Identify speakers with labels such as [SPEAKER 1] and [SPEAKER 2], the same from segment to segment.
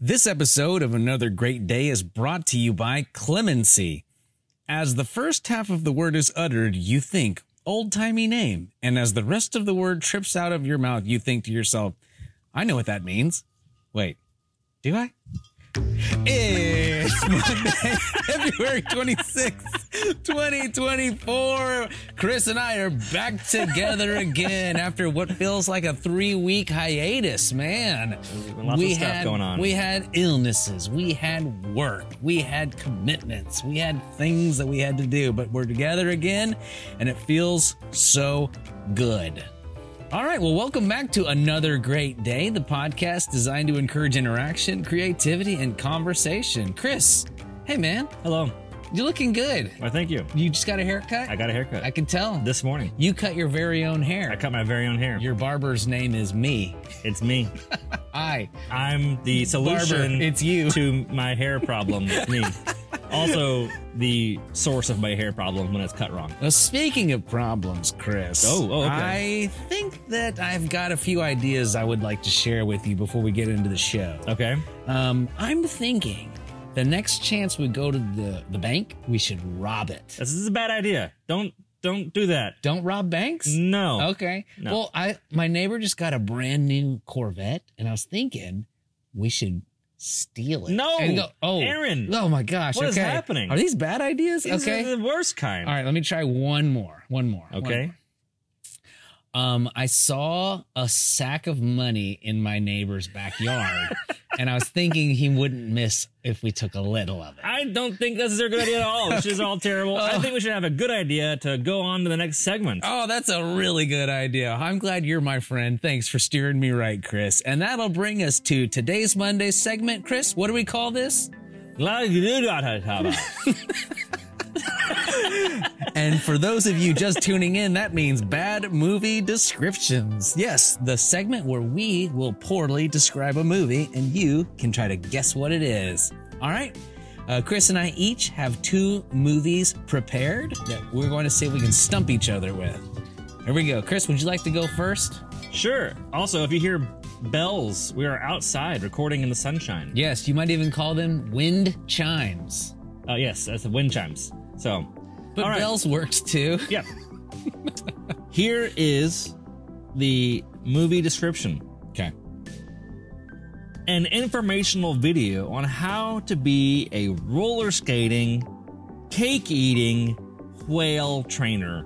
[SPEAKER 1] This episode of Another Great Day is brought to you by Clemency. As the first half of the word is uttered, you think old timey name. And as the rest of the word trips out of your mouth, you think to yourself, I know what that means. Wait, do I? It's Monday, February 26th, 2024. Chris and I are back together again after what feels like a three week hiatus, man.
[SPEAKER 2] Lots of stuff
[SPEAKER 1] had,
[SPEAKER 2] going on.
[SPEAKER 1] We had illnesses, we had work, we had commitments, we had things that we had to do, but we're together again and it feels so good. All right, well, welcome back to another great day, the podcast designed to encourage interaction, creativity, and conversation. Chris, hey man,
[SPEAKER 2] Hello.
[SPEAKER 1] you're looking good.
[SPEAKER 2] Well, thank you.
[SPEAKER 1] You just got a haircut?
[SPEAKER 2] I got a haircut
[SPEAKER 1] I can tell.
[SPEAKER 2] this morning.
[SPEAKER 1] you cut your very own hair.
[SPEAKER 2] I cut my very own hair.
[SPEAKER 1] your barber's name is me.
[SPEAKER 2] It's me.
[SPEAKER 1] I,
[SPEAKER 2] I'm the solution
[SPEAKER 1] barber, it's you.
[SPEAKER 2] to my hair problem. It's me. also, the source of my hair problem when it's cut wrong.
[SPEAKER 1] Now, speaking of problems, Chris.
[SPEAKER 2] Oh, oh, okay.
[SPEAKER 1] I think that I've got a few ideas I would like to share with you before we get into the show.
[SPEAKER 2] Okay.
[SPEAKER 1] Um, I'm thinking the next chance we go to the, the bank, we should rob it.
[SPEAKER 2] This is a bad idea. Don't don't do that.
[SPEAKER 1] Don't rob banks?
[SPEAKER 2] No.
[SPEAKER 1] Okay.
[SPEAKER 2] No.
[SPEAKER 1] Well, I my neighbor just got a brand new Corvette, and I was thinking we should steal it.
[SPEAKER 2] No.
[SPEAKER 1] And go, oh,
[SPEAKER 2] Aaron.
[SPEAKER 1] Oh my gosh.
[SPEAKER 2] What is
[SPEAKER 1] okay.
[SPEAKER 2] happening?
[SPEAKER 1] Are these bad ideas?
[SPEAKER 2] These
[SPEAKER 1] okay.
[SPEAKER 2] are the worst kind.
[SPEAKER 1] All right, let me try one more. One more. one
[SPEAKER 2] Okay.
[SPEAKER 1] more. Um, I saw a sack of money in my neighbor's backyard, and I was thinking he wouldn't miss if we took a little of it.
[SPEAKER 2] I don't think this is a good idea at all. This is all terrible. I think we should have a good idea to go on to the next segment.
[SPEAKER 1] Oh, that's a really good idea. I'm glad you're my friend. Thanks for steering me right, Chris. And that'll bring us to today's Monday segment. Chris, what do we call this? And for those of you just tuning in, that means bad movie descriptions. Yes, the segment where we will poorly describe a movie and you can try to guess what it is. All right. Uh, Chris and I each have two movies prepared that we're going to see if we can stump each other with. Here we go. Chris, would you like to go first?
[SPEAKER 2] Sure. Also, if you hear bells, we are outside recording in the sunshine.
[SPEAKER 1] Yes, you might even call them wind chimes.
[SPEAKER 2] Uh, yes, that's the wind chimes. So,
[SPEAKER 1] But
[SPEAKER 2] All right.
[SPEAKER 1] bells works too.
[SPEAKER 2] yeah. Here is the movie description
[SPEAKER 1] Okay.
[SPEAKER 2] an informational video on how to be a roller skating, cake eating whale trainer.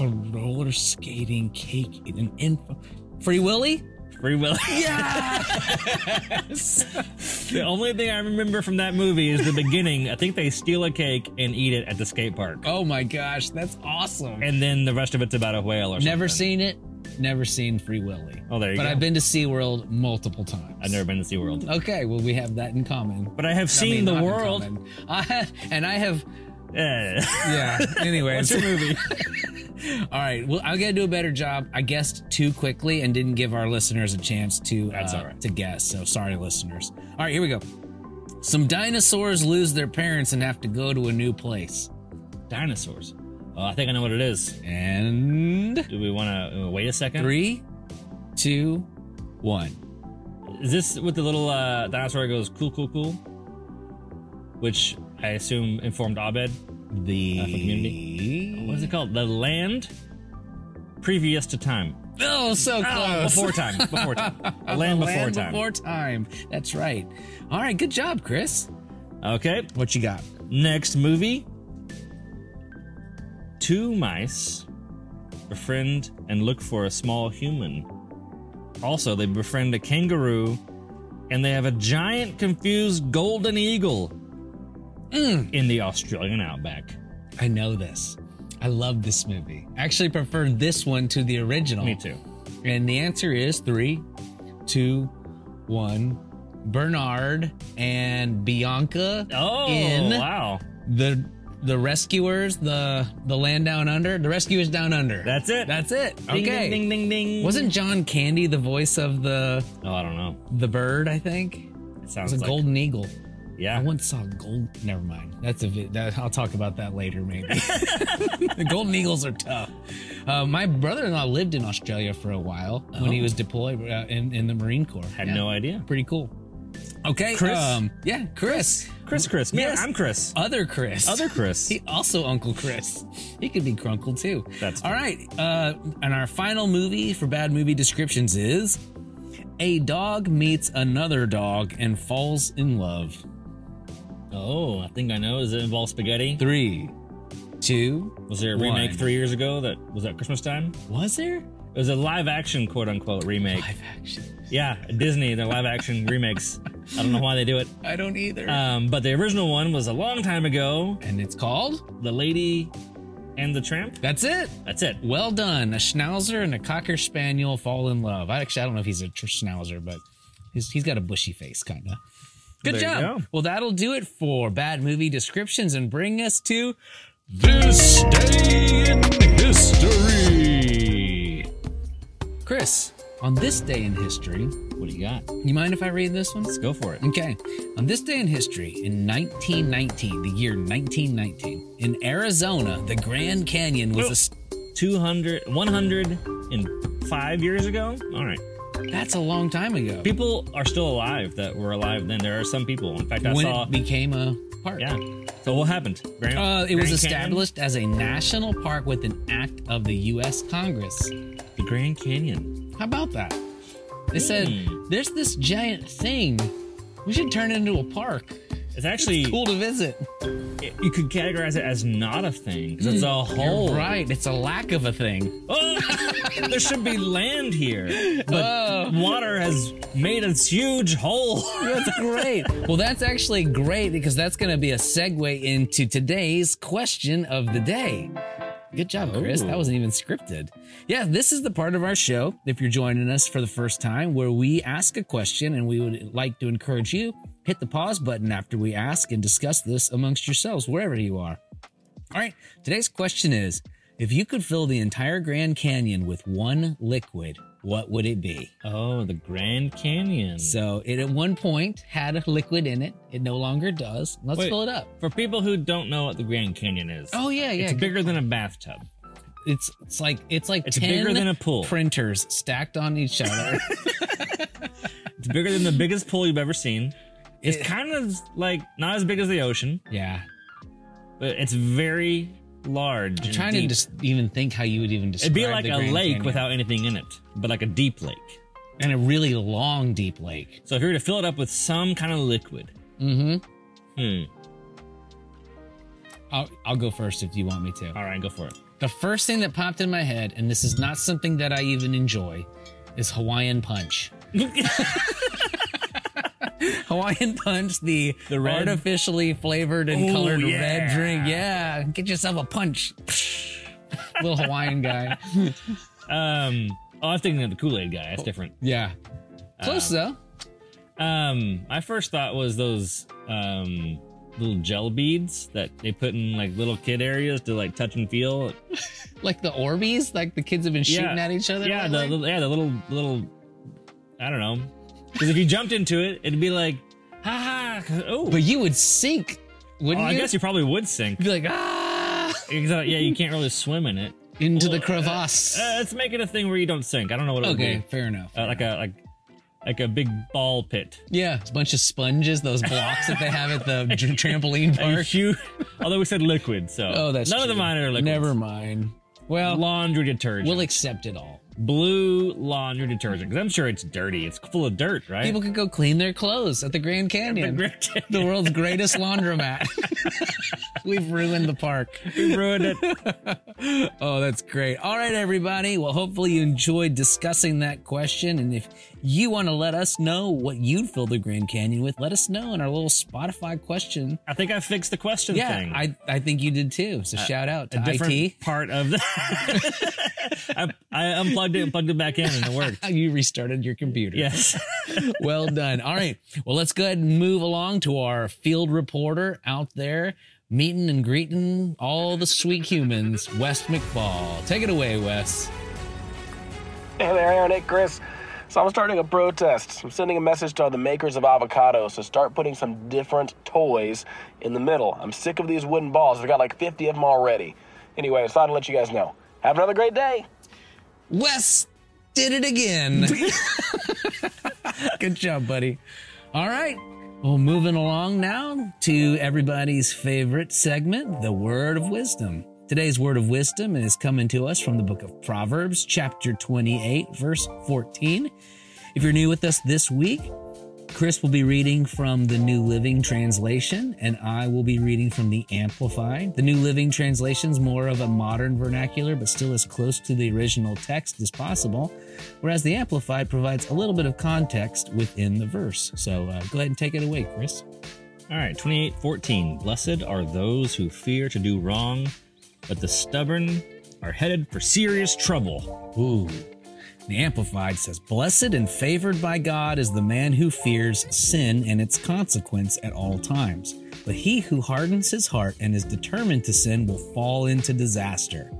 [SPEAKER 1] A roller skating cake in an info. Free Willy?
[SPEAKER 2] Free Willy.
[SPEAKER 1] Yes!
[SPEAKER 2] the only thing I remember from that movie is the beginning. I think they steal a cake and eat it at the skate park.
[SPEAKER 1] oh my gosh, that's awesome.
[SPEAKER 2] And then the rest of it's about a whale or
[SPEAKER 1] Never
[SPEAKER 2] something.
[SPEAKER 1] seen it, never seen Free Willy.
[SPEAKER 2] Oh, there you
[SPEAKER 1] But
[SPEAKER 2] go.
[SPEAKER 1] I've been to SeaWorld multiple times.
[SPEAKER 2] I've never been to SeaWorld.
[SPEAKER 1] Okay, well, we have that in common.
[SPEAKER 2] Mm. But I have
[SPEAKER 1] I mean,
[SPEAKER 2] seen
[SPEAKER 1] not
[SPEAKER 2] the
[SPEAKER 1] in
[SPEAKER 2] world.
[SPEAKER 1] common. I have, and I have,
[SPEAKER 2] Eh.
[SPEAKER 1] yeah, anyways.
[SPEAKER 2] What's your movie?
[SPEAKER 1] All right. Well, I'm gonna do a better job. I guessed too quickly and didn't give our listeners a chance to
[SPEAKER 2] That's
[SPEAKER 1] uh,
[SPEAKER 2] all right.
[SPEAKER 1] to guess. So sorry, listeners. All right, here we go. Some dinosaurs lose their parents and have to go to a new place.
[SPEAKER 2] Dinosaurs. Oh, I think I know what it is.
[SPEAKER 1] And
[SPEAKER 2] Do we want to wait a second?
[SPEAKER 1] three, two, one.
[SPEAKER 2] Is this with the little uh, dinosaur that goes cool, cool, cool? Which I assume informed Abed.
[SPEAKER 1] The Oh,
[SPEAKER 2] Uh, for community? What is it called? The land previous to time.
[SPEAKER 1] Oh, so close.
[SPEAKER 2] Oh, before time. Before time.
[SPEAKER 1] The
[SPEAKER 2] land before
[SPEAKER 1] land
[SPEAKER 2] time.
[SPEAKER 1] Before time. That's right. All right. Good job, Chris.
[SPEAKER 2] Okay.
[SPEAKER 1] What you got?
[SPEAKER 2] Next movie. Two mice befriend and look for a small human. Also, they befriend a kangaroo and they have a giant confused golden eagle
[SPEAKER 1] Mm.
[SPEAKER 2] in the Australian outback.
[SPEAKER 1] I know this. I love this movie. I actually prefer this one to the original.
[SPEAKER 2] Me too.
[SPEAKER 1] And the answer is three, two, one. Bernard and Bianca
[SPEAKER 2] Oh,
[SPEAKER 1] in
[SPEAKER 2] wow.
[SPEAKER 1] the the rescuers, the the land down under, the rescuers down under.
[SPEAKER 2] That's it.
[SPEAKER 1] That's it.
[SPEAKER 2] Ding,
[SPEAKER 1] okay.
[SPEAKER 2] Ding, ding, ding, ding.
[SPEAKER 1] Wasn't John Candy the voice of the
[SPEAKER 2] Oh, I don't know.
[SPEAKER 1] the bird? I think
[SPEAKER 2] It
[SPEAKER 1] it was
[SPEAKER 2] sounds
[SPEAKER 1] a
[SPEAKER 2] like.
[SPEAKER 1] golden eagle. I
[SPEAKER 2] Yeah.
[SPEAKER 1] once saw a gold. Never mind. That's a. vi- That, I'll talk about that later, maybe. the golden eagles are tough. Uh, my brother-in-law lived in Australia for a while when he
[SPEAKER 2] Oh.
[SPEAKER 1] was deployed uh, in in the Marine Corps.
[SPEAKER 2] Had
[SPEAKER 1] Yeah.
[SPEAKER 2] no idea.
[SPEAKER 1] Pretty cool. All Okay.
[SPEAKER 2] Chris?
[SPEAKER 1] Um, yeah, Chris.
[SPEAKER 2] Chris, Chris. Man,
[SPEAKER 1] Yes.
[SPEAKER 2] I'm Chris.
[SPEAKER 1] Other Chris.
[SPEAKER 2] Other Chris.
[SPEAKER 1] He also Uncle Chris. He could be Crunkle too.
[SPEAKER 2] That's
[SPEAKER 1] all right. Uh, and our final movie for bad movie descriptions is a dog meets another dog and falls in love.
[SPEAKER 2] Oh, I think I know. Does it involve spaghetti?
[SPEAKER 1] Three, two.
[SPEAKER 2] Was there a
[SPEAKER 1] One.
[SPEAKER 2] remake three years ago that was at Christmas time?
[SPEAKER 1] Was there
[SPEAKER 2] It was a live action quote unquote remake.
[SPEAKER 1] live action?
[SPEAKER 2] Yeah, Disney, their live action remakes. I don't know why they do it.
[SPEAKER 1] I don't either.
[SPEAKER 2] Um, but the original one was a long time ago.
[SPEAKER 1] Uh, and it's called.
[SPEAKER 2] The Lady and the Tramp.
[SPEAKER 1] That's it.
[SPEAKER 2] That's it.
[SPEAKER 1] Well done. A schnauzer and a cocker spaniel fall in love. I actually I don't know if he's a tr- schnauzer, but he's he's got a bushy face, kind of. Good
[SPEAKER 2] There you
[SPEAKER 1] job.
[SPEAKER 2] go.
[SPEAKER 1] Well, that'll do it for bad movie descriptions and bring us to this day in history. Chris, on this day in history,
[SPEAKER 2] What do you got?
[SPEAKER 1] you mind if I read this one?
[SPEAKER 2] Go for it.
[SPEAKER 1] Okay. On this day in history, in 1919, the year 1919, in Arizona, the Grand Canyon was. a-
[SPEAKER 2] 200, 105 years ago? All right.
[SPEAKER 1] that's a long time ago.
[SPEAKER 2] People are still alive that were alive then. There are some people. In fact, I
[SPEAKER 1] when
[SPEAKER 2] saw.
[SPEAKER 1] it became a park.
[SPEAKER 2] yeah. So what happened? Grand,
[SPEAKER 1] Uh, it
[SPEAKER 2] Grand
[SPEAKER 1] was
[SPEAKER 2] Canyon?
[SPEAKER 1] established as a national park with an act of the U.S. Congress.
[SPEAKER 2] The Grand Canyon.
[SPEAKER 1] How about that? They said,
[SPEAKER 2] Hmm.
[SPEAKER 1] there's this giant thing. We should turn it into a park.
[SPEAKER 2] It's actually
[SPEAKER 1] Cool to visit.
[SPEAKER 2] it- you could categorize it as not a thing 'cause it's a whole.
[SPEAKER 1] You're right. It's a lack of a thing.
[SPEAKER 2] Oh, there should be land here, but
[SPEAKER 1] Oh.
[SPEAKER 2] water has made a huge hole.
[SPEAKER 1] That's great. well, that's actually great because that's going to be a segue into today's question of the day. Good job, Chris.
[SPEAKER 2] Ooh.
[SPEAKER 1] That wasn't even scripted. Yeah, this is the part of our show, if you're joining us for the first time, where we ask a question and we would like to encourage you hit the pause button after we ask and discuss this amongst yourselves wherever you are. All right, today's question is if you could fill the entire Grand Canyon with one liquid, what would it be?
[SPEAKER 2] Oh, the Grand Canyon.
[SPEAKER 1] So it at one point had a liquid in it. It no longer does. Let's
[SPEAKER 2] Wait.
[SPEAKER 1] fill it up.
[SPEAKER 2] For people who don't know what the Grand Canyon is,
[SPEAKER 1] Oh yeah, yeah.
[SPEAKER 2] it's bigger than a bathtub.
[SPEAKER 1] It's it's like it's like
[SPEAKER 2] It's
[SPEAKER 1] 10
[SPEAKER 2] bigger than a pool.
[SPEAKER 1] printers stacked on each other.
[SPEAKER 2] It's bigger than the biggest pool you've ever seen. It's
[SPEAKER 1] It-
[SPEAKER 2] kind of like not as big as the ocean,
[SPEAKER 1] yeah.
[SPEAKER 2] but it's very large.
[SPEAKER 1] I'm trying to just even think how you would even describe
[SPEAKER 2] It'd be like
[SPEAKER 1] the
[SPEAKER 2] a
[SPEAKER 1] Grand
[SPEAKER 2] lake
[SPEAKER 1] Canyon.
[SPEAKER 2] without anything in it, but like a deep lake.
[SPEAKER 1] and a really long deep lake.
[SPEAKER 2] So if you were to fill it up with some kind of liquid,
[SPEAKER 1] Mhm.
[SPEAKER 2] hmm.
[SPEAKER 1] I'll I'll go first if you want me to.
[SPEAKER 2] All right, go for it.
[SPEAKER 1] The first thing that popped in my head and this is not something that I even enjoy is Hawaiian punch. Hawaiian Punch, the,
[SPEAKER 2] The red-
[SPEAKER 1] artificially flavored and
[SPEAKER 2] Ooh,
[SPEAKER 1] colored
[SPEAKER 2] yeah.
[SPEAKER 1] red drink. Yeah, get yourself a punch. Little Hawaiian guy.
[SPEAKER 2] Um, oh, I'm thinking of the Kool Aid guy. That's different.
[SPEAKER 1] Yeah. Close though.
[SPEAKER 2] Um, my first thought was those um little gel beads that they put in like little kid areas to like touch and feel.
[SPEAKER 1] Like the Orbeez, like the kids have been shooting at each other.
[SPEAKER 2] Yeah, the
[SPEAKER 1] lately.
[SPEAKER 2] little, yeah, the little little. I don't know, because if you jumped into it, it'd be like, ha ha. Oh,
[SPEAKER 1] but you would sink,
[SPEAKER 2] oh
[SPEAKER 1] wouldn't
[SPEAKER 2] I
[SPEAKER 1] you?
[SPEAKER 2] guess you probably would sink.
[SPEAKER 1] would be like, ah,
[SPEAKER 2] Exactly. Yeah, you can't really swim in it.
[SPEAKER 1] into the
[SPEAKER 2] Well, uh,
[SPEAKER 1] crevasse.
[SPEAKER 2] Uh, let's make it a thing where you don't sink. I don't know what it
[SPEAKER 1] okay,
[SPEAKER 2] would
[SPEAKER 1] fair enough.
[SPEAKER 2] be. Uh, like a like like a big ball pit.
[SPEAKER 1] yeah, a bunch of sponges, those blocks that they have at the tr- trampoline
[SPEAKER 2] Are
[SPEAKER 1] park.
[SPEAKER 2] you? Although we said liquid, so
[SPEAKER 1] Oh, that's
[SPEAKER 2] none of
[SPEAKER 1] true.
[SPEAKER 2] the mine are liquids.
[SPEAKER 1] Never mind. Well,
[SPEAKER 2] laundry detergent.
[SPEAKER 1] we'll accept Oh. it all.
[SPEAKER 2] blue laundry detergent because I'm sure it's dirty. It's full of dirt, right?
[SPEAKER 1] People could go clean their clothes at the Grand Canyon, the, world's greatest laundromat. We've ruined the park.
[SPEAKER 2] We ruined it.
[SPEAKER 1] Oh, that's great. All right, everybody. Well, hopefully you enjoyed discussing that question. And if you want to let us know what you'd fill the Grand Canyon with, let us know in our little Spotify question.
[SPEAKER 2] I think I fixed the question
[SPEAKER 1] Yeah,
[SPEAKER 2] thing.
[SPEAKER 1] I, I think you did too. So shout out to
[SPEAKER 2] a different
[SPEAKER 1] IT.
[SPEAKER 2] part of the. I, I unplugged it and plugged it back in, and it worked.
[SPEAKER 1] You restarted your computer.
[SPEAKER 2] Yes.
[SPEAKER 1] well done. All right. Well, let's go ahead and move along to our field reporter out there, meeting and greeting all the sweet humans, Wes McFall. Take it away, Wes.
[SPEAKER 3] Hey there, Aaron. Hey, Chris. So I'm starting a protest. I'm sending a message to all the makers of avocados to start putting some different toys in the middle. I'm sick of these wooden balls. I've got like 50 of them already. Anyway, I just thought I'd let you guys know. Have another great day.
[SPEAKER 1] Wes did it again. Good job, buddy. All right. Well, moving along now to everybody's favorite segment, the Word of Wisdom. Today's Word of Wisdom is coming to us from the book of Proverbs, chapter 28, verse 14. If you're new with us this week, Chris will be reading from the New Living Translation, and I will be reading from the Amplified. The New Living Translation is more of a modern vernacular, but still as close to the original text as possible, whereas the Amplified provides a little bit of context within the verse. So uh, go ahead and take it away, Chris.
[SPEAKER 2] All right, 28:14. Blessed are those who fear to do wrong, but the stubborn are headed for serious trouble.
[SPEAKER 1] Ooh. The Amplified says, Blessed and favored by God is the man who fears sin and its consequence at all times. But he who hardens his heart and is determined to sin will fall into disaster.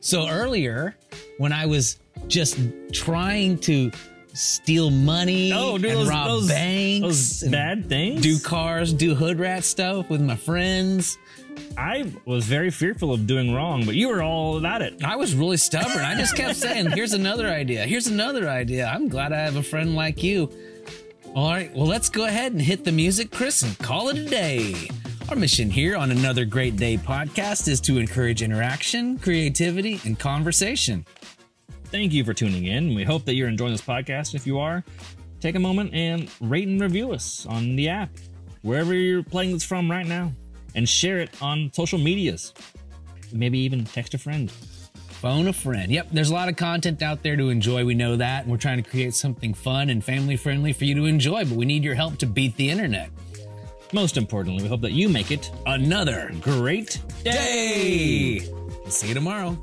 [SPEAKER 1] So earlier, when I was just trying to steal money and rob banks,
[SPEAKER 2] Oh, those
[SPEAKER 1] and
[SPEAKER 2] bad things.
[SPEAKER 1] do cars, do hood rat stuff with my friends,
[SPEAKER 2] I was very fearful of doing wrong, but you were all about it.
[SPEAKER 1] I was really stubborn. I just kept saying, here's another idea. Here's another idea. I'm glad I have a friend like you. All right, well, let's go ahead and hit the music, Chris, and call it a day. Our mission here on Another Great Day podcast is to encourage interaction, creativity, and conversation.
[SPEAKER 2] Thank you for tuning in. We hope that you're enjoying this podcast. If you are, take a moment and rate and review us on the app, wherever you're playing this from right now, and share it on social medias. Maybe even text a friend.
[SPEAKER 1] Phone a friend. Yep, there's a lot of content out there to enjoy. We know that. And we're trying to create something fun and family friendly for you to enjoy, but we need your help to beat the internet.
[SPEAKER 2] Most importantly, we hope that you make it
[SPEAKER 1] Another
[SPEAKER 2] great
[SPEAKER 1] day. See you tomorrow.